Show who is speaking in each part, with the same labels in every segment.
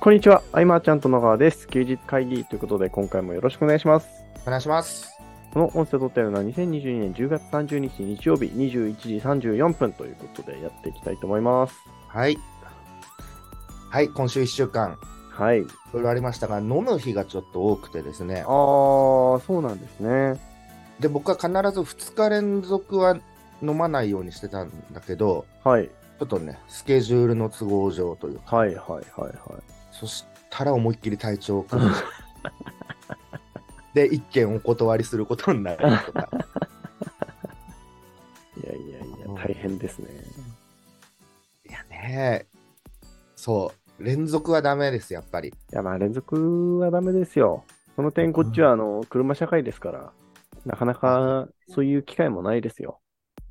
Speaker 1: こんにちは、アイマーちゃんと野川です。休日会議ということで、今回もよろしくお願いします。
Speaker 2: お願いします。
Speaker 1: この音声を撮っているのは2022年10月30日日曜日21時34分ということでやっていきたいと思います。
Speaker 2: はい。はい、今週1週間、
Speaker 1: はい。
Speaker 2: いろいろありましたが、飲む日がちょっと多くてですね
Speaker 1: あ。ー、そうなんですね。
Speaker 2: で、僕は必ず2日連続は飲まないようにしてたんだけど、
Speaker 1: はい。
Speaker 2: ちょっとね、スケジュールの都合上というか、
Speaker 1: はいはいはいは
Speaker 2: そしたら思いっきり体調を崩して。で、一件お断りすることになると か。
Speaker 1: い。いやいやいや
Speaker 2: うん、
Speaker 1: 大変ですね。
Speaker 2: いやね、そう、連続はダメです、やっぱり。
Speaker 1: いやまあ連続はダメですよ。その点こっちはあの、車社会ですから、なかなかそういう機会もないですよ。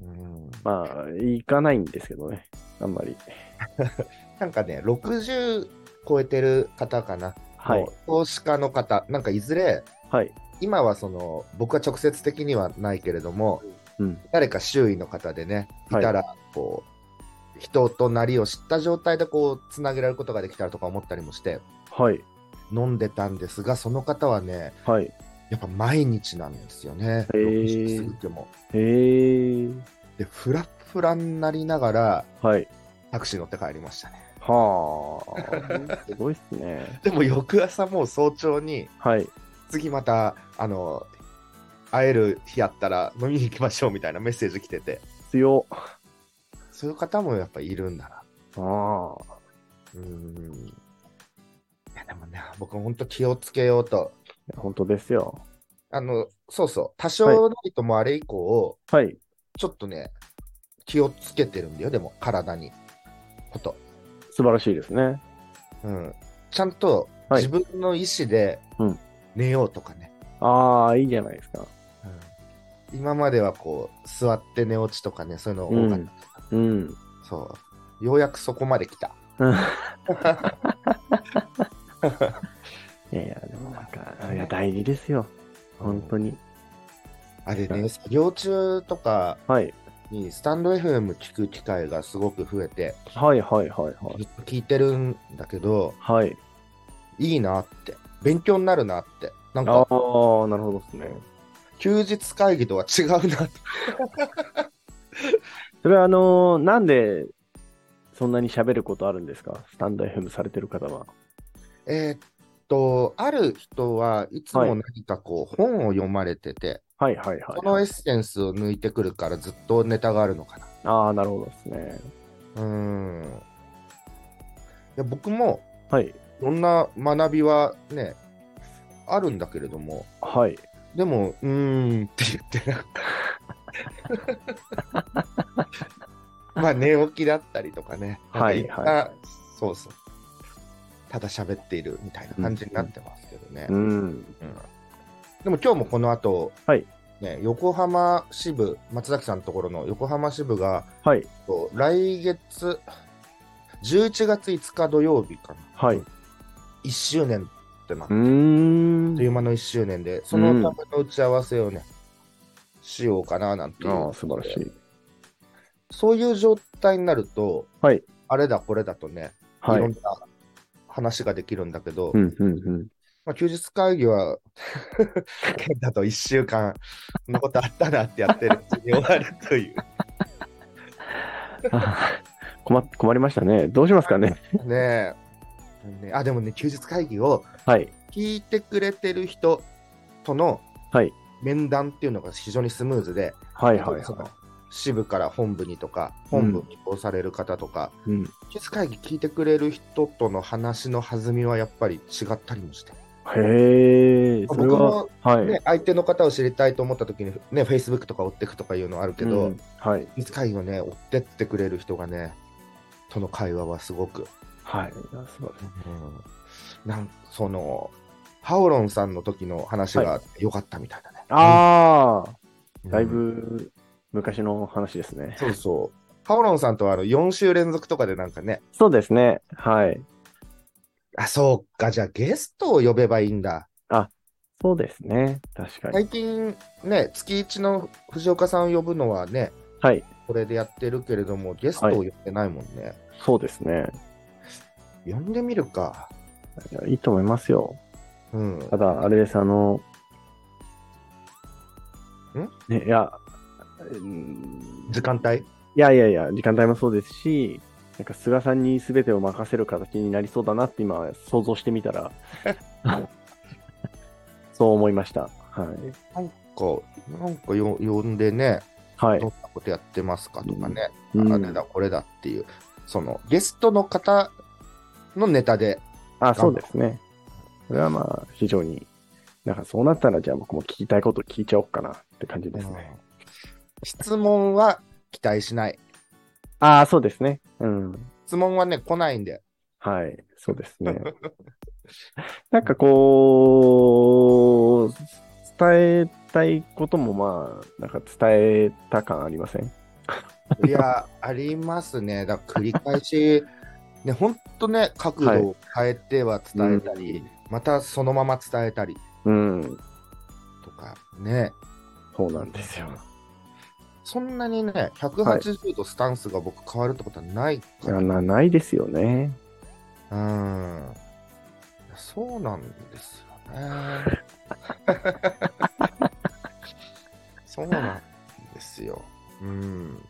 Speaker 2: うん
Speaker 1: まあ、行かないんですけどね。あんまり。
Speaker 2: なんかね、60超えてる方かな。
Speaker 1: はい。
Speaker 2: 投資家の方、なんかいずれ、
Speaker 1: はい。
Speaker 2: 今はその僕は直接的にはないけれども、
Speaker 1: うん。
Speaker 2: 誰か周囲の方でね、い
Speaker 1: はい
Speaker 2: たら、こう、人となりを知った状態でこう、つなげられることができたらとか思ったりもして、
Speaker 1: はい。
Speaker 2: 飲んでたんですが、その方はね、
Speaker 1: はい。
Speaker 2: やっぱ毎日なんですよね、
Speaker 1: へー
Speaker 2: 60過ぎても。
Speaker 1: へえ。
Speaker 2: で、フラフラになりながら、
Speaker 1: はい。
Speaker 2: タクシー乗って帰りましたね。
Speaker 1: はあ。すごいっすね。
Speaker 2: でも翌朝もう早朝に、
Speaker 1: はい。
Speaker 2: 次また、あの、会える日やったら飲みに行きましょうみたいなメッセージ来てて、
Speaker 1: 強。あ
Speaker 2: そういう方もやっぱいるんだな。
Speaker 1: あ。
Speaker 2: うーん。いや、でもね、僕本当気をつけようと。
Speaker 1: 本当ですよ。
Speaker 2: あの、そうそう、多少なりともあれ以降、
Speaker 1: はい。
Speaker 2: ちょっとね、気をつけてるんだよ、でも、体に。こと。
Speaker 1: 素晴らしいですね。
Speaker 2: うん。ちゃんと
Speaker 1: はい
Speaker 2: 自分の意思で
Speaker 1: うん
Speaker 2: 寝ようとかね。
Speaker 1: ああ、いいじゃないですか。
Speaker 2: うん今まではこう、座って寝落ちとかね、そういうの多かった。
Speaker 1: うんうん。
Speaker 2: そう。ようやくそこまで来た。
Speaker 1: いやいや、でもなんか、いや、大事ですよ。本当
Speaker 2: に。
Speaker 1: に。
Speaker 2: あれね、作業中とか
Speaker 1: はい。
Speaker 2: にスタンド FM 聞く機会がすごく増えて、
Speaker 1: はいはいはいはい。
Speaker 2: ずっと聞いてるんだけど、
Speaker 1: はい。
Speaker 2: いいなって、勉強になるなって、なん
Speaker 1: ああ
Speaker 2: か、
Speaker 1: ー、なるほどですね。
Speaker 2: 休日会議とは違うなって。
Speaker 1: それはあのーなんで、そんなに喋ることあるんですかスタンド FM されてる方は。
Speaker 2: えーっと、ある人はいつも何かこう、本を読まれてて、
Speaker 1: はいはいはい。
Speaker 2: そのエッセンスを抜いてくるからずっとネタがあるのかな。
Speaker 1: ああ、なるほどですね。
Speaker 2: うーん。いや僕も、
Speaker 1: はい。
Speaker 2: いろんな学びはね、あるんだけれども、
Speaker 1: はい。
Speaker 2: でも、うーんって言ってなか った。まあ、寝起きだったりとかね。
Speaker 1: はい
Speaker 2: なんか
Speaker 1: は
Speaker 2: ったそうそう。ただ喋っているみたいな感じになってますけどね。
Speaker 1: うん。
Speaker 2: うんでも今日もこの後、
Speaker 1: はい
Speaker 2: ね、横浜支部、松崎さんのところの横浜支部が、
Speaker 1: はい。
Speaker 2: こう来月、11月5日土曜日かな。
Speaker 1: はい。
Speaker 2: 1周年ってなって
Speaker 1: ーん
Speaker 2: という間の1周年で、そのための打ち合わせをね、しようかななんていう。
Speaker 1: ああ、素晴らしい。
Speaker 2: そういう状態になると、
Speaker 1: はい
Speaker 2: あれだこれだとね、い、
Speaker 1: はい。
Speaker 2: ろんな話ができるんだけど、
Speaker 1: うんうんうん。
Speaker 2: まあ、休日会議は、 ケンタと1週間のことあったなってやってるうちに終わるという。
Speaker 1: あー困っ困りましたね。どうしますかね。
Speaker 2: ねえねあ、でもね、休日会議を
Speaker 1: はい。
Speaker 2: 聞いてくれてる人との
Speaker 1: はい
Speaker 2: 面談っていうのが非常にスムーズで、
Speaker 1: はいはい
Speaker 2: その
Speaker 1: は
Speaker 2: 支部から本部にとか、本部に移行される方とか、
Speaker 1: い。うん。
Speaker 2: キス会議聞いてくれる人との話の弾みはやっぱり違ったりもして、
Speaker 1: へえ、それは、はい。
Speaker 2: ね、相手の方を知りたいと思った時に、ね、Facebook とか追っていくとかいうのあるけど、
Speaker 1: うんはい。
Speaker 2: キス会議をね、追ってってくれる人がね、との会話はすごく、
Speaker 1: はい。あ素晴らしい。
Speaker 2: うん、なんその、ハオロンさんの時の話が良かったみたいだね。
Speaker 1: ああ、
Speaker 2: うん
Speaker 1: だい、ぶ昔の話ですね。
Speaker 2: そうそう。ハオロンさんとはあの4週連続とかでなんかね、
Speaker 1: そうですね。はい。
Speaker 2: あ、そうか、じゃあゲストを呼べばいいんだ。
Speaker 1: そうですね。確かに。
Speaker 2: 最近ね、月一の藤岡さんを呼ぶのはね、
Speaker 1: はい。
Speaker 2: これでやってるけれども、ゲストを呼んでないもんね。
Speaker 1: そうですね。
Speaker 2: 呼んでみるか。
Speaker 1: いやいいと思いますよ。
Speaker 2: うん。
Speaker 1: ただ、あれです、あの、ね、いや、うん
Speaker 2: 時間帯
Speaker 1: いやいやいや、時間帯もそうですし、なんか菅さんに全てを任せる形になりそうだなって今想像してみた ら、そう思いました。はい。
Speaker 2: なんか、なんかよ呼んでね、
Speaker 1: はい
Speaker 2: どん。なことやってますかとかね、
Speaker 1: うん
Speaker 2: あれだ、これだっていう、そのゲストの方のネタで、
Speaker 1: あ、そうですね。それはまあ、非常に、なんかそうなったら、じゃあ僕も聞きたいこと聞いちゃおうかなって感じですね。
Speaker 2: 質問は期待しない。
Speaker 1: ああ、そうですね。うん。
Speaker 2: 質問はね、来ないんで。
Speaker 1: はい、そうです ね。なんかこう、伝えたいこともまあ、なんか伝えた感ありません
Speaker 2: いや、ありますね。だから繰り返し、ね、ほんとね、角度を変えては伝えたり、またそのまま伝えたり
Speaker 1: うん、
Speaker 2: とかね、
Speaker 1: そうなんですよ。
Speaker 2: そんなにね、180度スタンスが僕変わるってことはない
Speaker 1: い
Speaker 2: か
Speaker 1: や
Speaker 2: ら、
Speaker 1: なないですよね。
Speaker 2: うん。そうなんですよね。そうなんですよ。うん。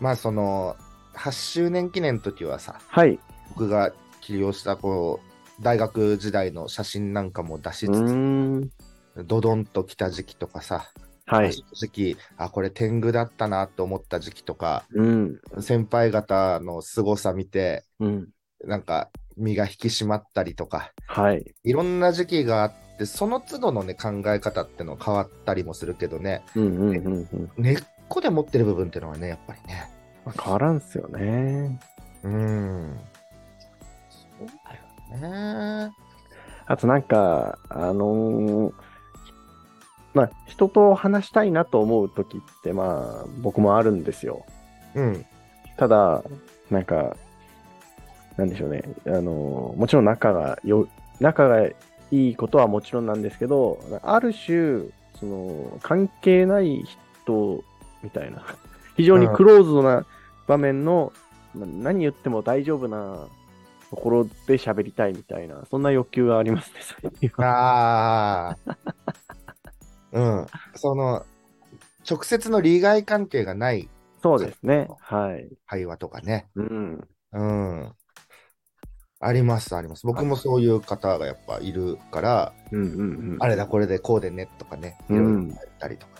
Speaker 2: まあその、8周年記念の時はさ、
Speaker 1: はい。
Speaker 2: 僕が起業したこう大学時代の写真なんかも出し
Speaker 1: う
Speaker 2: つつ、
Speaker 1: ーん。
Speaker 2: ドドンと来た時期とかさ、
Speaker 1: はい。
Speaker 2: 正直、あ、これ天狗だったなと思った時期とか、
Speaker 1: うん。
Speaker 2: 先輩方の凄さ見て、
Speaker 1: うん。
Speaker 2: なんか身が引き締まったりとか、
Speaker 1: はい。
Speaker 2: いろんな時期があって、その都度のね、考え方っての変わったりもするけどね、
Speaker 1: うんうんうんうん。
Speaker 2: 根っこで持ってる部分ってのはね、やっぱりね。
Speaker 1: まあ変わらんっすよね。
Speaker 2: うん。そうだよね。
Speaker 1: あとなんか、あのーまあ、人と話したいなと思う時って、まあ、僕もあるんですよ。
Speaker 2: うん。
Speaker 1: ただ、なんか、なんでしょうね。あのーもちろん仲がよ、仲がいいことはもちろんなんですけど、ある種、その、関係ない人みたいな、 非常にクローズドな場面の、ま何言っても大丈夫なところで喋りたいみたいな、そんな欲求がありますね、最近は
Speaker 2: ああ。うん。その、直接の利害関係がない
Speaker 1: そうですね。はい。
Speaker 2: 会話とかね。
Speaker 1: うん。
Speaker 2: うん。あります、あります。僕もそういう方がやっぱいるから、
Speaker 1: うんうんうん。
Speaker 2: あれだ、これでこうでねとかね、い
Speaker 1: うん
Speaker 2: ろいろ言ったりとか。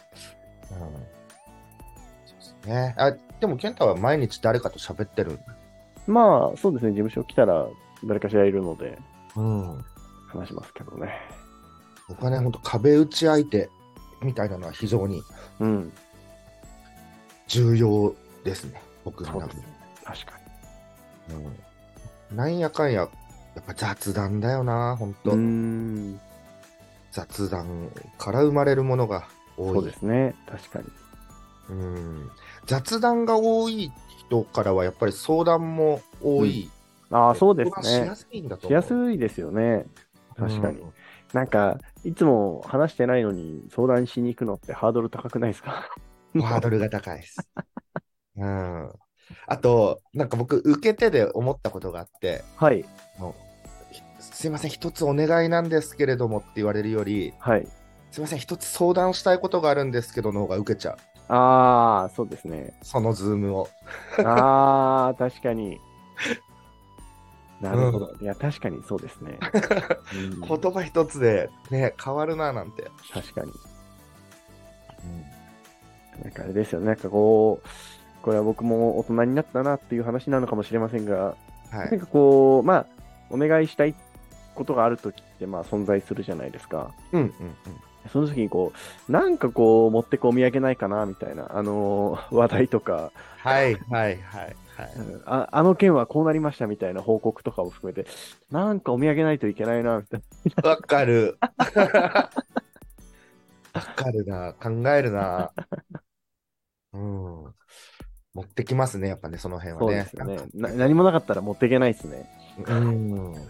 Speaker 2: うん。そうですね。あ、でも、健太は毎日誰かと喋ってる。
Speaker 1: まあ、そうですね。事務所来たら、誰かしらいるので、
Speaker 2: うん。
Speaker 1: 話しますけどね。
Speaker 2: 僕はね、ほんと壁打ち相手みたいなのは非常に
Speaker 1: うん。
Speaker 2: 重要ですね。僕の
Speaker 1: そう
Speaker 2: 中
Speaker 1: で
Speaker 2: です
Speaker 1: ね。確か
Speaker 2: うんなんやかんや、やっぱ雑談だよな、ほん
Speaker 1: に。
Speaker 2: と。
Speaker 1: ん。
Speaker 2: 雑談から生まれるものが多い。
Speaker 1: そうですね。確かに。
Speaker 2: うん。雑談が多い人からは、やっぱり相談も多い。
Speaker 1: ああ、そうです
Speaker 2: 相談し
Speaker 1: ね
Speaker 2: や。すいんだと
Speaker 1: し
Speaker 2: 思う。
Speaker 1: やすいですよね。確かに。
Speaker 2: うん
Speaker 1: なんか、いつも話してないのに相談しに行くのってハードル高くないです か
Speaker 2: ハードルが高 いです。うん。あと、なんか僕、受け手で思ったことがあって、
Speaker 1: はい。
Speaker 2: ひすいません、一つお願いなんですけれどもって言われるより、
Speaker 1: はい。
Speaker 2: すいません、一つ相談したいことがあるんですけどの方が受けちゃう。
Speaker 1: ああ、そうですね。
Speaker 2: そのズームを。
Speaker 1: ああ、 確かに。なるほど。いや、確かにそうですね。 うん
Speaker 2: 言葉一つでね、変わるななんて。
Speaker 1: 確かに。なんかあれですよね。なんかこう、これは僕も大人になったなっていう話なのかもしれませんが、
Speaker 2: は
Speaker 1: なん
Speaker 2: い。
Speaker 1: かこう、まあ、お願いしたいことがあるときって、まあ、存在するじゃないですか。
Speaker 2: うんうんうん。
Speaker 1: その時にこう、なんかこう、持ってくお土産ないかな、みたいな、あのー 話題とか、
Speaker 2: はいはいはいはい。
Speaker 1: ああの件はこうなりましたみたいな報告とかを含めて、なんかお土産ないといけないな、みたい
Speaker 2: わかる。 わかるな。考えるな。うん。持ってきますね、やっぱね、その辺
Speaker 1: な。
Speaker 2: は
Speaker 1: そうで
Speaker 2: ね
Speaker 1: す。よね。な何もなかったら持っていけないですね。
Speaker 2: うん。や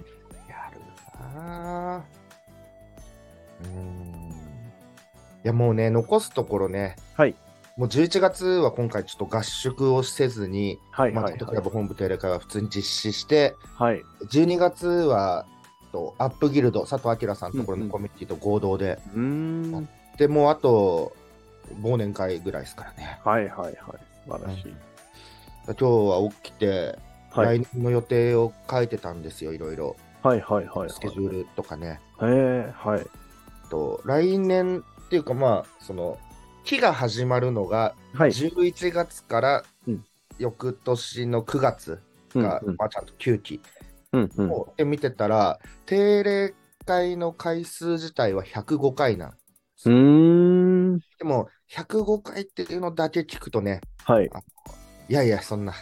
Speaker 2: るな。うん。いや、もうね、残すところね。
Speaker 1: はい。
Speaker 2: もう11月は今回ちょっと合宿をせずに、
Speaker 1: はい
Speaker 2: まあ、
Speaker 1: は
Speaker 2: カ
Speaker 1: い
Speaker 2: ット
Speaker 1: は
Speaker 2: ク
Speaker 1: い
Speaker 2: ラ。ブ本部定例会は普通に実施して、
Speaker 1: はい。
Speaker 2: 12月は、とアップギルド、佐藤明さんのとこ
Speaker 1: う
Speaker 2: ろ
Speaker 1: んう
Speaker 2: の
Speaker 1: ん
Speaker 2: コミュニティと合同で、
Speaker 1: うーん。はい
Speaker 2: でもうあと忘年会ぐらいですからね。
Speaker 1: はいはい。素晴らしい。
Speaker 2: 今日は起きて、
Speaker 1: はい。
Speaker 2: 来年の予定を書いてたんですよ、いろいろ。
Speaker 1: はいはいはい。
Speaker 2: スケジュールとかね。
Speaker 1: はい。えー、はい。
Speaker 2: と来年っていうか、まあ、その、期が始まるのが
Speaker 1: はい。
Speaker 2: 11月から
Speaker 1: うん
Speaker 2: 翌年の9月
Speaker 1: うん
Speaker 2: が、まあ、ちゃんと9期
Speaker 1: うんうん。
Speaker 2: をで見てたら、定例会の回数自体は105回なん
Speaker 1: うーん。
Speaker 2: でも、105回っていうのだけ聞くとね、
Speaker 1: はい。
Speaker 2: いやいや、そんな、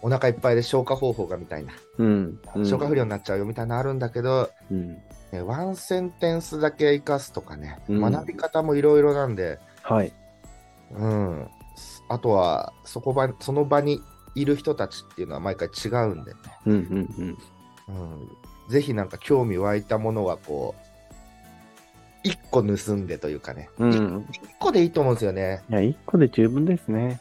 Speaker 2: お腹いっぱいで消化方法がみたいな、
Speaker 1: うん。うん
Speaker 2: 消化不良になっちゃうよみたいなのあるんだけど、
Speaker 1: うん。
Speaker 2: ねワンセンテンスだけ生かすとかね、
Speaker 1: うん
Speaker 2: 学び方もいろいろなんで、
Speaker 1: はい。
Speaker 2: うん、あとはそこ場、その場にいる人たちっていうのは毎回違うんでね、
Speaker 1: うんうんうん。
Speaker 2: うん、ぜひなんか興味湧いたものは、こう、1個盗んでというかね、
Speaker 1: うん。
Speaker 2: 1個でいいと思うんですよね。
Speaker 1: いや、一個で十分ですね。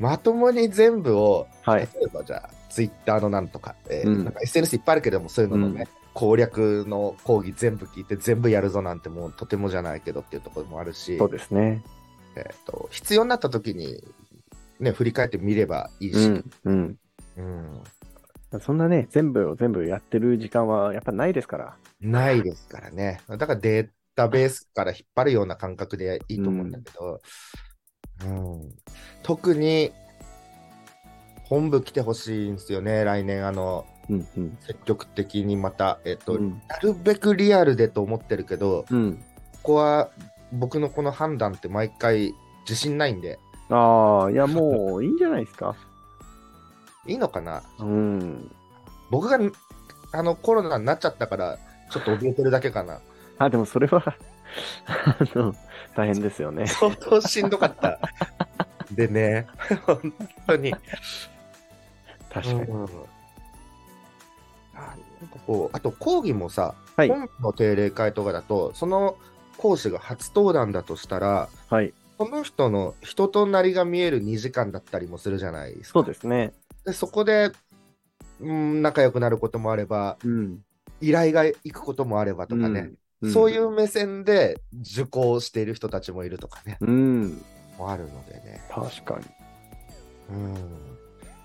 Speaker 2: まともに全部を、
Speaker 1: はい。
Speaker 2: 例えばじゃあ、ツイッターのなんとか、えー
Speaker 1: うん
Speaker 2: なんか SNS いっぱいあるけども、そういうののね、
Speaker 1: うん
Speaker 2: 攻略の講義全部聞いて、全部やるぞなんて、もうとてもじゃないけどっていうところもあるし、
Speaker 1: そうですね。
Speaker 2: えー、と必要になった時に、ね、振り返ってみればいいうし、
Speaker 1: ん。うん。
Speaker 2: うん
Speaker 1: そんなね、全部を全部やってる時間はやっぱないですから。
Speaker 2: ないですからね。だからデータベースから引っ張るような感覚でいいと思うんだけど、うん特に本部来てほしいんですよね、来年、あの
Speaker 1: うんうん。
Speaker 2: 積極的にまた、えっと
Speaker 1: うん。
Speaker 2: なるべくリアルでと思ってるけど、
Speaker 1: うん。
Speaker 2: ここは僕のこの判断って毎回自信ないんで、
Speaker 1: ああ、いや、もういいんじゃないですか。
Speaker 2: いいのかな
Speaker 1: うん。
Speaker 2: 僕があのコロナになっちゃったから、ちょっと怯えてるだけかな。
Speaker 1: あ、でもそれは、 あの、大変ですよね。
Speaker 2: 相当しんどかった。 でね、本当に。
Speaker 1: 確かに。
Speaker 2: うんあなんかこうあと講義もさ、
Speaker 1: はい
Speaker 2: 本の定例会とかだと、その講師が初登壇だとしたら、
Speaker 1: はい。
Speaker 2: その人の人となりが見える2時間だったりもするじゃないですか。
Speaker 1: そうですね。
Speaker 2: でそこで、うん、仲良くなることもあれば、
Speaker 1: うん。。
Speaker 2: 依頼が行くこともあればとかね、そういうう目線で受講している人たちもいるとかね、
Speaker 1: うん。
Speaker 2: もあるのでね。
Speaker 1: 確かに。
Speaker 2: うんやっ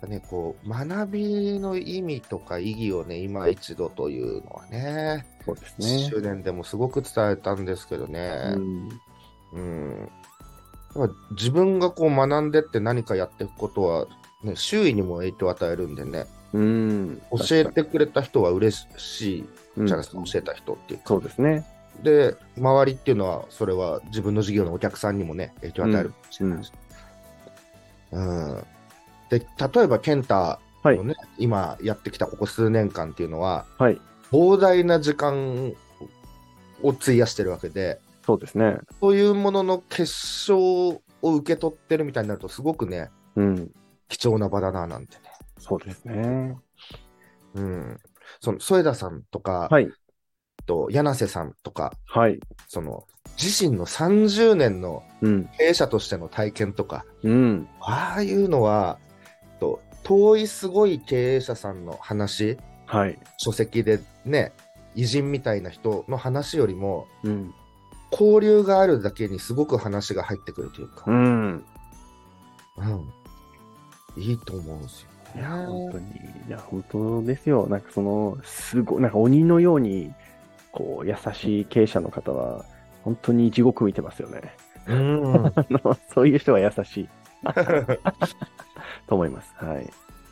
Speaker 2: ぱね、こう学びの意味とか意義をね、今一度というのはね、
Speaker 1: そうですね。
Speaker 2: 周年でもすごく伝えたんですけどね
Speaker 1: う、ん。
Speaker 2: うんやっぱ自分がこう学んでって何かやっていくことは、ね、周囲にも影響を与えるんでね、
Speaker 1: うん。
Speaker 2: 教えてくれた人は嬉しい
Speaker 1: うん
Speaker 2: じゃないですか、教えた人っていうか。
Speaker 1: そうですね。
Speaker 2: で、周りっていうのは、それは自分の事業のお客さんにもね、影響を与えるかもしれないしうんで、例えば、健太のね、今やってきたここ数年間っていうのは、
Speaker 1: はい。
Speaker 2: 膨大な時間を費やしてるわけで、
Speaker 1: そうですね。
Speaker 2: そういうものの結晶を受け取ってるみたいになると、すごくね、
Speaker 1: うん。
Speaker 2: 貴重な場だななんてね。
Speaker 1: そうですね。
Speaker 2: うん。その、添田さんとか、
Speaker 1: はい。
Speaker 2: と柳瀬さんとか、
Speaker 1: はい。
Speaker 2: その、自身の30年の
Speaker 1: うん。
Speaker 2: 経営者としての体験とか、
Speaker 1: うん。
Speaker 2: ああいうのは、と遠いすごい経営者さんの話、
Speaker 1: はい。
Speaker 2: 書籍でね、偉人みたいな人の話よりも、
Speaker 1: うん。
Speaker 2: 交流があるだけにすごく話が入ってくるという
Speaker 1: う
Speaker 2: か、
Speaker 1: ん。
Speaker 2: うんいいと思うんですよ
Speaker 1: い
Speaker 2: ね。
Speaker 1: や、本当に。いや、本当ですよ。なんかその、すごい、なんか鬼のように、こう、優しい経営者の方は、本当に地獄見てますよね。
Speaker 2: うん
Speaker 1: あのそういう人は優しい と思います。はい。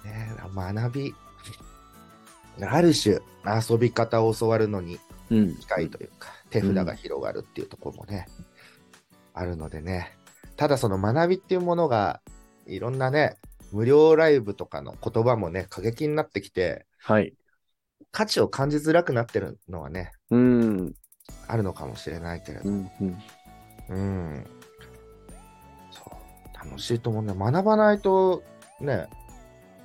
Speaker 2: ね学び、ある種、遊び方を教わるのに
Speaker 1: うん。
Speaker 2: 近いというか、手札が広がるっていうところもね、あるのでね、ただその学びっていうものが、いろんなね、無料ライブとかの言葉もね、過激になってきて、
Speaker 1: はい。
Speaker 2: 価値を感じづらくなってるのはね、
Speaker 1: うん。
Speaker 2: あるのかもしれないけれ
Speaker 1: う
Speaker 2: ど、
Speaker 1: ん。うん。
Speaker 2: うん。そう、楽しいと思うね。学ばないと、ね、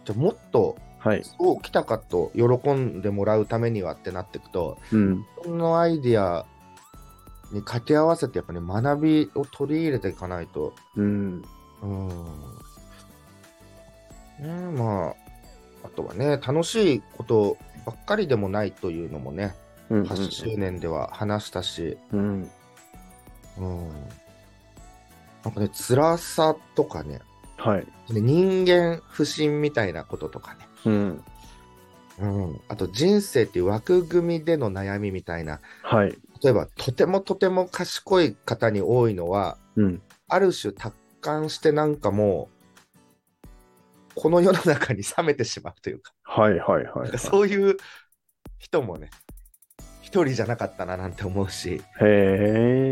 Speaker 2: じゃあもっと、
Speaker 1: はい。
Speaker 2: そう来たかと喜んでもらうためにはってなっていくと、
Speaker 1: うん。
Speaker 2: 自分のアイディアに掛け合わせてやっぱり、学びを取り入れていかないと、
Speaker 1: うん。
Speaker 2: うん。ねえまあ、あとはね、楽しいことばっかりでもないというのもね、
Speaker 1: うん
Speaker 2: 8周年では話したし、
Speaker 1: うん。
Speaker 2: うん。なんかね、辛さとかね、
Speaker 1: はい。
Speaker 2: で人間不信みたいなこととかね、
Speaker 1: うん。
Speaker 2: うん。あと人生っていう枠組みでの悩みみたいな、
Speaker 1: はい。
Speaker 2: 例えば、とてもとても賢い方に多いのは、
Speaker 1: うん。
Speaker 2: ある種達観してなんかもう、この世の中に冷めてしまうというか、
Speaker 1: はいはいはい、はい。
Speaker 2: そういう人もね、一人じゃなかったななんて思うし、
Speaker 1: へ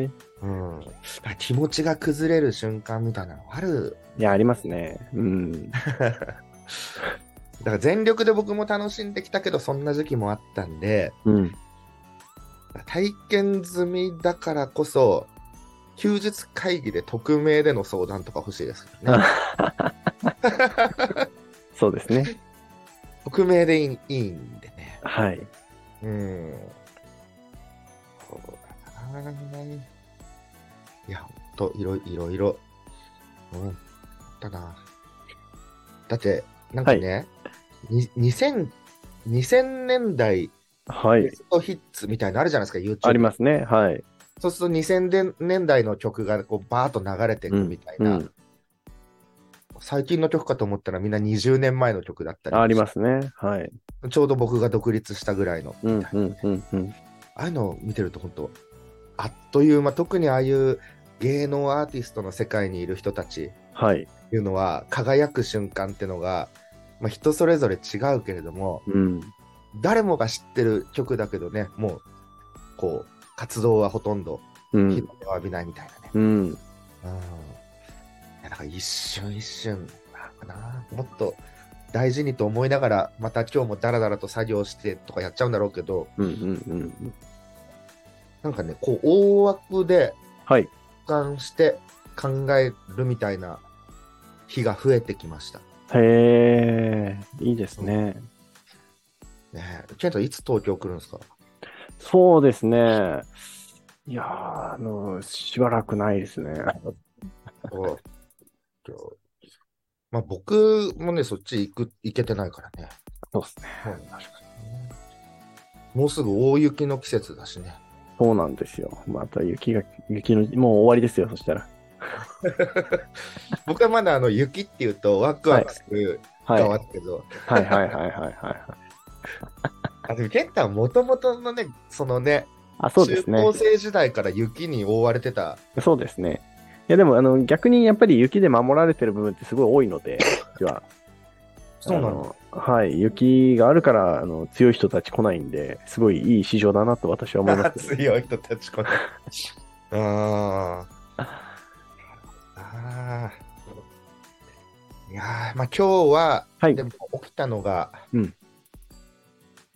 Speaker 1: え。
Speaker 2: うん、だから気持ちが崩れる瞬間みたいなのある。
Speaker 1: いや、ありますね。うん。
Speaker 2: だから全力で僕も楽しんできたけど、そんな時期もあったんで、
Speaker 1: うん。
Speaker 2: 体験済みだからこそ、休日会議で匿名での相談とか欲しいですけどね。
Speaker 1: そうですね。
Speaker 2: 匿名でいいいいんでね。
Speaker 1: はい。
Speaker 2: うん。そうだなぁ。いや、ほんと、いろいろ、いろいろ。うん。あったな。だって、なんかね、に2000、2000年代
Speaker 1: は
Speaker 2: ベ
Speaker 1: い。
Speaker 2: ストヒッツみたいなのあるじゃないですか、YouTube。
Speaker 1: ありますね。はい。
Speaker 2: そうすると2000年代の曲がこうバーッと流れていくみたいうな、
Speaker 1: ん。
Speaker 2: 最近の曲かと思ったらみんな20年前の曲だったり。
Speaker 1: ありますね。はい。
Speaker 2: ちょうど僕が独立したぐらいの
Speaker 1: う
Speaker 2: みたい
Speaker 1: ん
Speaker 2: な。
Speaker 1: うんうんうん。
Speaker 2: ああいうのを見てると本当あっという間特にああいう芸能アーティストの世界にいる人たちっ
Speaker 1: はい。
Speaker 2: ていうのは輝く瞬間ってのが、まあ、人それぞれ違うけれども
Speaker 1: うん。
Speaker 2: 誰もが知ってる曲だけどねもうこう活動はほとんど
Speaker 1: う
Speaker 2: 日
Speaker 1: ん
Speaker 2: の。目を浴びないみたいなね、
Speaker 1: うん。
Speaker 2: うんいやだから一瞬一瞬なんかなもっと大事にと思いながらまた今日もダラダラと作業してとかやっちゃうんだろうけど
Speaker 1: うんうんうん。
Speaker 2: なんかねこう大枠で
Speaker 1: はい。
Speaker 2: 俯瞰して考えるみたいな日が増えてきました。
Speaker 1: へえ。いいですね。
Speaker 2: ねえ、ケントいつ東京来るん ですか
Speaker 1: そうですね。いやー、あの、しばらくないですね。
Speaker 2: こう今日まあ僕もね、そっち行く行けてないからね。
Speaker 1: そうですね。
Speaker 2: もうすぐ大雪の季節だしね。
Speaker 1: そうなんですよ。また雪が、雪の、もう終わりですよ、そしたら。
Speaker 2: 僕はまだあの雪っていうとワクワクする
Speaker 1: はい。
Speaker 2: 側
Speaker 1: は
Speaker 2: だけど、
Speaker 1: いはいはいはいはい。
Speaker 2: あでもケンタはもともとのね、そのね、
Speaker 1: あ、そうです
Speaker 2: 中
Speaker 1: ね
Speaker 2: 高。生時代から雪に覆われてた。
Speaker 1: そうですね。いや、でも、あの、逆にやっぱり雪で守られてる部分ってすごい多いの で、うちは。あ
Speaker 2: の
Speaker 1: のはい。雪があるから、あの、強い人たち来ないんで、すごいいい市場だなと私は思います、
Speaker 2: 強い人たち この。 あーあー。いやー、まあ今日は、
Speaker 1: はい
Speaker 2: で。も起きたのが、
Speaker 1: うん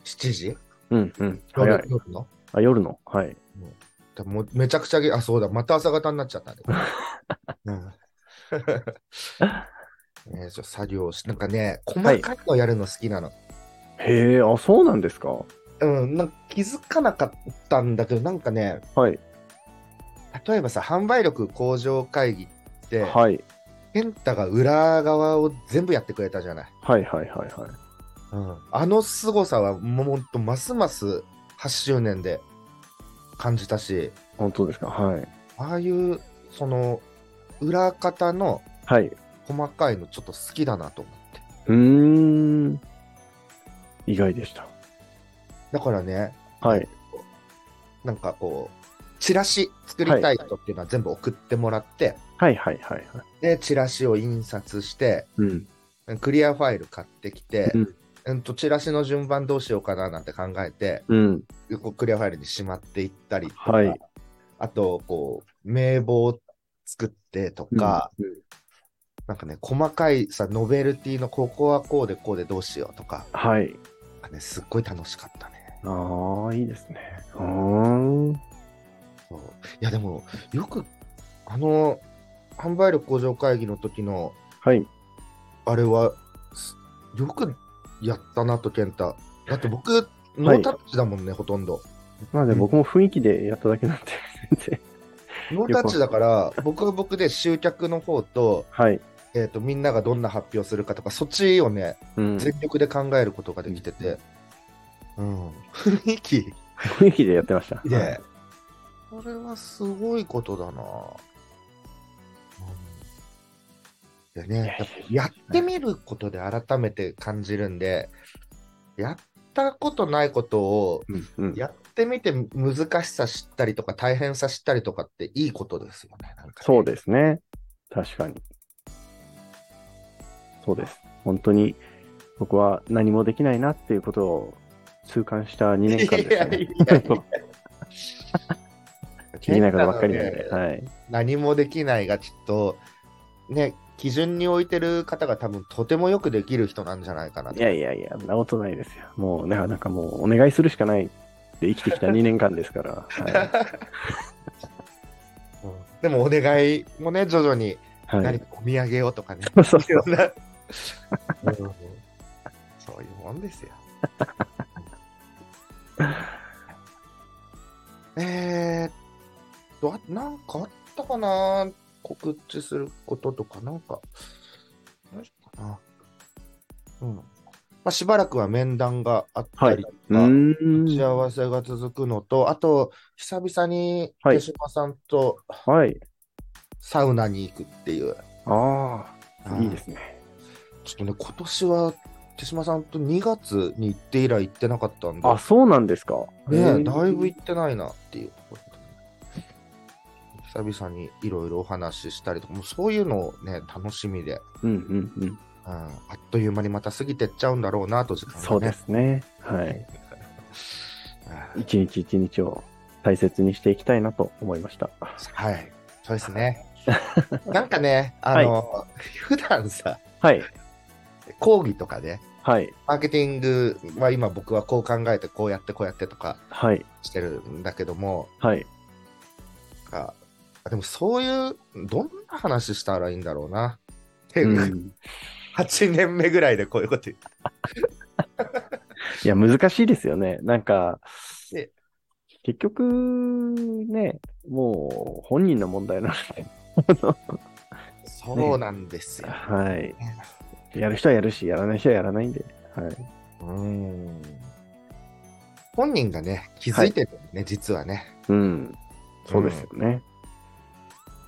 Speaker 2: 7時
Speaker 1: うんうん。早い。
Speaker 2: 夜の
Speaker 1: あ、夜の。はい。
Speaker 2: でもめちゃくちゃげ、あ、そうだ、また朝方になっちゃ ったね。うん ねえちょ作業し、なんかね、細かいのやるの好きなの。
Speaker 1: へえ、あ、そうなんですか。
Speaker 2: うん、なんか気づかなかったんだけど、なんかね、
Speaker 1: はい。
Speaker 2: 例えばさ、販売力向上会議って、
Speaker 1: はい。
Speaker 2: ペンタが裏側を全部やってくれたじゃない。
Speaker 1: はいはいはいはい。
Speaker 2: あの凄さはもうほんとますます8周年で感じたし、
Speaker 1: 本当ですか。はい。
Speaker 2: ああいうその裏方の
Speaker 1: はい。
Speaker 2: 細かいのちょっと好きだなと思って。
Speaker 1: うーん。意外でした。
Speaker 2: だからね、
Speaker 1: はい。
Speaker 2: なんかこう、チラシ作りたい人っていうのは全部送ってもらって、
Speaker 1: はいはいはいはい。
Speaker 2: で、チラシを印刷して、
Speaker 1: うん。
Speaker 2: クリアファイル買ってきて、
Speaker 1: うん
Speaker 2: うんとチラシの順番どうしようかななんて考えて、
Speaker 1: うん。
Speaker 2: こうクリアファイルにしまっていったりとか、
Speaker 1: はい
Speaker 2: あと、こう、名簿を作ってとか、
Speaker 1: うんうん
Speaker 2: なんかね、細かいさ、ノベルティのここはこうでこうでどうしようとか、
Speaker 1: はい。
Speaker 2: なんかね、すっごい楽しかったね。
Speaker 1: ああ、いいですね。うーん。
Speaker 2: そういや、でも、よく、あの、販売力向上会議の時の、
Speaker 1: はい。
Speaker 2: あれは、すよくやったなと、健太。だって僕、ノ
Speaker 1: はい
Speaker 2: ータッチだもんね、ほとんど。
Speaker 1: まあで
Speaker 2: うん
Speaker 1: 僕も雰囲気でやっただけなんで。 然。
Speaker 2: ノータッチだから、僕は僕で集客の方と、
Speaker 1: はい。
Speaker 2: えっ、と、みんながどんな発表するかとか、そっちをね、
Speaker 1: うん、
Speaker 2: 全力で考えることができてて、うん、 雰囲気
Speaker 1: 雰囲気でやってました。はい
Speaker 2: で、これはすごいことだな。うん、でね、やっぱやってみることで改めて感じるんで、やったことないことを
Speaker 1: うんうん、
Speaker 2: やってみて難しさ知ったりとか大変さ知ったりとかっていいことですよね。なんかね
Speaker 1: そうですね。確かに。そうです。本当に僕は何もできないなっていうことを痛感した2年間です
Speaker 2: いやいや
Speaker 1: ね。
Speaker 2: いやい
Speaker 1: で
Speaker 2: や
Speaker 1: きないことばっかりなんで。
Speaker 2: 健太のね
Speaker 1: はい。
Speaker 2: 何もできないがちょっと、ね、基準に置いてる方が多分とてもよくできる人なんじゃないかなと
Speaker 1: いやいやいや、そんなことないですよ。もう、なかなかもうお願いするしかないで生きてきた2年間ですから。は
Speaker 2: でもお願いもね、徐々に
Speaker 1: い。は
Speaker 2: 何
Speaker 1: い、
Speaker 2: かお土産をとかね、
Speaker 1: そうそう
Speaker 2: い
Speaker 1: そう
Speaker 2: ろんなうんそういうもんですよ。 えーっと、あなんかあったかな告知することとか、なんか、大丈夫かな。うん。まあ、しばらくは面談があったりとか、
Speaker 1: うーん。
Speaker 2: 幸せが続くのと、あと、久々に
Speaker 1: はい
Speaker 2: 手島さんと
Speaker 1: はい。
Speaker 2: サウナに行くっていう。。
Speaker 1: ああ、いいですすね。
Speaker 2: ちょっとね、今年は手島さんと2月に行って以来行ってなかったんで、
Speaker 1: あ、そうなんですか。へ
Speaker 2: ね
Speaker 1: ー
Speaker 2: え、だいぶ行ってないなっていう。久々にいろいろお話ししたりとか、もうそういうのをね、楽しみで、
Speaker 1: うんうんうん。
Speaker 2: うん、あっという間にまた過ぎてっちゃうんだろうなと、時間がね。
Speaker 1: そうですね。はい。
Speaker 2: うん。
Speaker 1: 一日一日を大切にしていきたいなと思いました。
Speaker 2: はい、そうで すね。なんかね、あの、普段さ、
Speaker 1: はい。
Speaker 2: 講義とかね、
Speaker 1: はい。
Speaker 2: マーケティングは今僕はこう考えて、こうやって、こうやってとか
Speaker 1: はい。
Speaker 2: してるんだけども、
Speaker 1: はい。
Speaker 2: あでもそういう、どんな話したらいいんだろうな。
Speaker 1: うん、
Speaker 2: 8年目ぐらいでこういうこと言って
Speaker 1: いや、難しいですよね。なんか
Speaker 2: ね、
Speaker 1: 結局、ね、もう本人の問題なので、
Speaker 2: そうなんですよ。
Speaker 1: はい。やる人はやるし、やらない人はやらないんで、はい。
Speaker 2: うん本人がね、気づいてるよね、実はね。
Speaker 1: うん。そうですよね。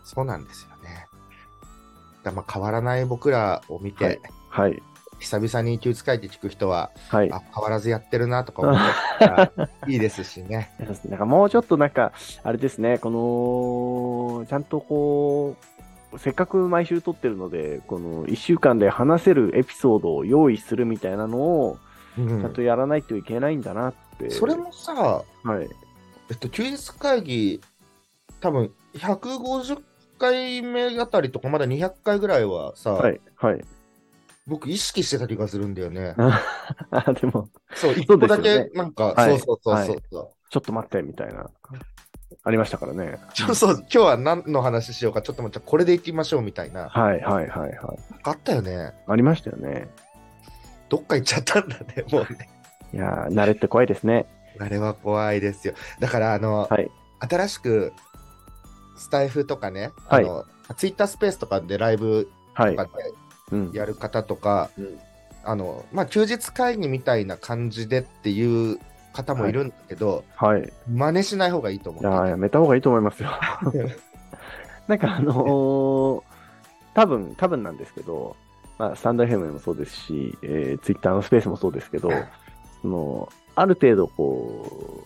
Speaker 2: そうなんですよね。だからまあ変わらない僕らを見て、
Speaker 1: はいはい。
Speaker 2: 久々に休日会って聞く人は、
Speaker 1: はい。
Speaker 2: あ変わらずやってるなとか思 ったらいいですしね。
Speaker 1: そうですねなんかもうちょっとなんか、あれですね、この、ちゃんとこう、せっかく毎週撮ってるので、この1週間で話せるエピソードを用意するみたいなのを、ち
Speaker 2: う
Speaker 1: ゃん
Speaker 2: ん
Speaker 1: とやらないといけないんだなって。
Speaker 2: それもさ、
Speaker 1: はい。
Speaker 2: えっと、休日会議、多分150回目あたりとか、まだ200回ぐらいはさ、
Speaker 1: はい。はい。
Speaker 2: 僕、意識してた気がするんだよね。
Speaker 1: あ、でも、
Speaker 2: そう、一
Speaker 1: そ
Speaker 2: 個
Speaker 1: うですよ
Speaker 2: だ
Speaker 1: ね
Speaker 2: け、なんか、
Speaker 1: はい
Speaker 2: そうそうそうそう。
Speaker 1: ちょっと待って、みたいな。ありましたからね。
Speaker 2: ちょそう今日は何の話しようか、ちょっと待って、これでいきましょうみたいな。
Speaker 1: はい、はい、はい、はい。
Speaker 2: あったよね。
Speaker 1: ありましたよね。
Speaker 2: どっか行っちゃったんだ ね、もうね。
Speaker 1: いやー、慣れって怖いですね。
Speaker 2: あれは怖いですよ。だから、あの、
Speaker 1: はい。
Speaker 2: 新しく、スタイフとかね、
Speaker 1: はい
Speaker 2: あの、ツイッタースペースとかでライブ
Speaker 1: は
Speaker 2: と
Speaker 1: い
Speaker 2: か。で
Speaker 1: うん。
Speaker 2: やる方とか、
Speaker 1: うん
Speaker 2: あのまあ、休日会議みたいな感じでっていう方もいるんだけど、
Speaker 1: はい。
Speaker 2: 真似しない方がいいと思
Speaker 1: いやー
Speaker 2: う。
Speaker 1: やめた方がいいと思いますよ。なんかあのー多分多分なんですけど、まあ、スタンド FM もそうですし、えー、ツイッターのスペースもそうですけど、そのある程度こ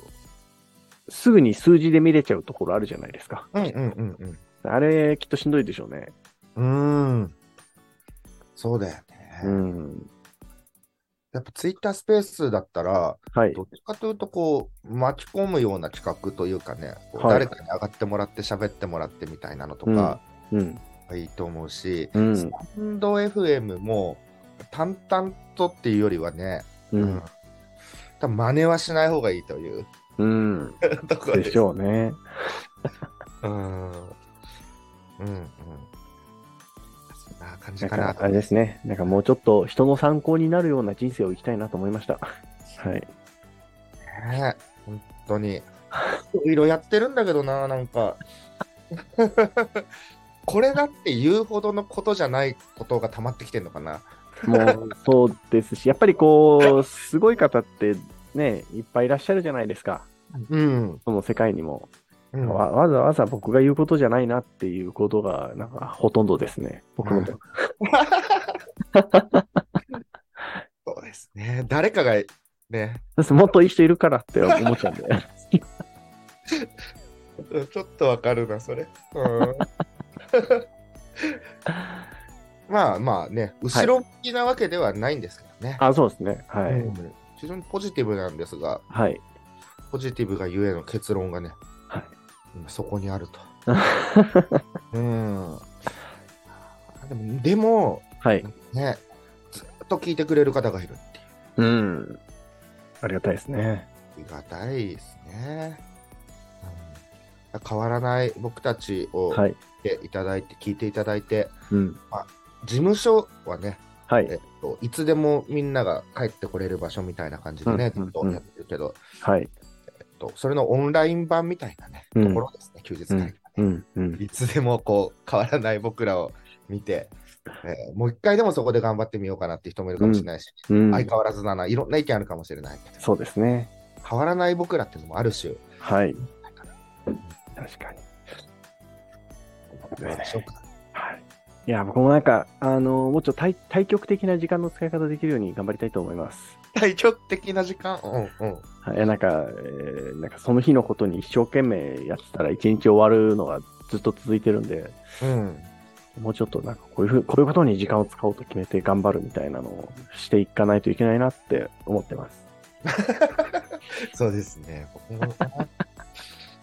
Speaker 1: う、すぐに数字で見れちゃうところあるじゃないですか。
Speaker 2: うんうんうん
Speaker 1: あれ、きっとしんどいでしょうね。
Speaker 2: うん。うーん。そうだよね。
Speaker 1: うん。
Speaker 2: やっぱツイッタースペースだったら、
Speaker 1: はい。
Speaker 2: どっちかというとこう巻き込むような企画というかね、こ
Speaker 1: は
Speaker 2: う
Speaker 1: い
Speaker 2: 誰かに上がってもらって喋ってもらってみたいなのとか
Speaker 1: うん。
Speaker 2: がいいと思うし、
Speaker 1: うん
Speaker 2: スタンド FM も淡々とっていうよりはね、
Speaker 1: う
Speaker 2: うん
Speaker 1: ん。
Speaker 2: 多分真似はしない方がいいという
Speaker 1: うん。
Speaker 2: ところ
Speaker 1: でしょうね。
Speaker 2: うん。うんうん。そんな感じ
Speaker 1: なん
Speaker 2: かな。
Speaker 1: か、あれですね。なんかもうちょっと人の参考になるような人生を生きたいなと思いました。はい。
Speaker 2: ね本当に。いろいろやってるんだけどな、なんか。 これだって言うほどのことじゃないことが溜まってきてんのかな。
Speaker 1: もうそうですし、やっぱりこう、すごい方ってね、いっぱいいらっしゃるじゃないですか、
Speaker 2: うん。
Speaker 1: その世界にも。
Speaker 2: うん
Speaker 1: わわざわざ僕が言うことじゃないなっていうことが、なんかほとんどですね、僕も。
Speaker 2: そうですね。誰かがね、
Speaker 1: ですもっといい人いるからって思っちゃうんで。
Speaker 2: うんちょっとわかるな、それ。うん まあまあね、後ろ向きなわけではないんですけどね。
Speaker 1: あ、そうですね。はい。
Speaker 2: うん非常にポジティブなんですが、
Speaker 1: はい。
Speaker 2: ポジティブがゆえの結論がね、
Speaker 1: はい
Speaker 2: うんそこにあ ると。うんでも、でも
Speaker 1: はい。
Speaker 2: ね、ずっと聞いてくれる方がいるっていう。
Speaker 1: うん。ありがたいですね。
Speaker 2: ありがたいですね。うん変わらない僕たちを
Speaker 1: はい。
Speaker 2: 見ていただいて、聞いていただいて、
Speaker 1: うん。
Speaker 2: 事務所はね、
Speaker 1: はい
Speaker 2: え。っと、いつでもみんなが帰ってこれる場所みたいな感じでね、
Speaker 1: うん
Speaker 2: ずっとやってるけど、
Speaker 1: はい。
Speaker 2: えっと、それのオンライン版みたいなね、
Speaker 1: うん
Speaker 2: ところですね、休日会議、ね
Speaker 1: うん。うん。
Speaker 2: いつでもこう変わらない僕らを見て、えーもう一回でもそこで頑張ってみようかなって人もいるかもしれないし、
Speaker 1: うん。
Speaker 2: 相変わらずだな、いろんな意見あるかもしれないけど。
Speaker 1: そうですね。
Speaker 2: 変わらない僕らっていうのもある種、
Speaker 1: はい。確かに。
Speaker 2: どうでしょうか。
Speaker 1: はい。いや、僕もなんか、あのもうちょっと対対極的な時間の使い方できるように頑張りたいと思います。
Speaker 2: 対極的な時間、うんうん。
Speaker 1: はい。なんか、えーなんかその日のことに一生懸命やってたら一日終わるのがずっと続いてるんで、
Speaker 2: うん、
Speaker 1: もうちょっとなんかこういうふう、こういうことに時間を使おうと決めて頑張るみたいなのをしていかないといけないなって思ってます。
Speaker 2: そうですね。僕もな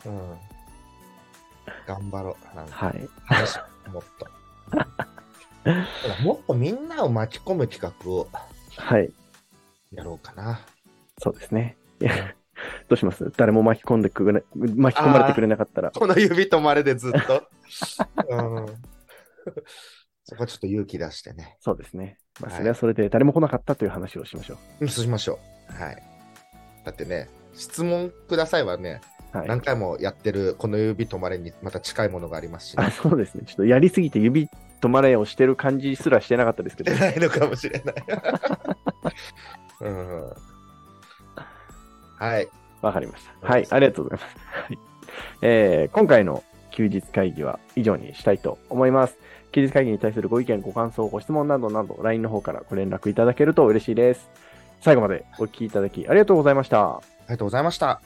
Speaker 2: うん、頑張ろう。なんか
Speaker 1: はい。
Speaker 2: 楽しいもっと。もっとみんなを巻き込む企画を
Speaker 1: はい。
Speaker 2: やろうかな。
Speaker 1: そうですね。いや どうします誰も巻き込んでくれ、巻き込まれてくれなかったら。
Speaker 2: この指止まれでずっと。うん、そこはちょっと勇気出してね。
Speaker 1: そうですね。まあ、
Speaker 2: はい
Speaker 1: それはそれで誰も来なかったという話をしましょ
Speaker 2: うんそうしましょう。はい。だってね、質問くださいはね、
Speaker 1: う。はい
Speaker 2: 何。回もやってるこの指止まれにまた近いものがありますし、ね
Speaker 1: あ、、そうですね。ちょっとやりすぎて指止まれをしてる感じすらしてなかったですけど
Speaker 2: 出。ないのかもしれない。 うん、はい。
Speaker 1: わかりました。はい。ありがとうございます。はいえー今回の休日会議は以上にしたいと思います。休日会議に対するご意見、ご感想、ご質問などなど、LINE の方からご連絡いただけると嬉しいです。最後までお聞きいただきありがとうございました。
Speaker 2: ありがとうございました。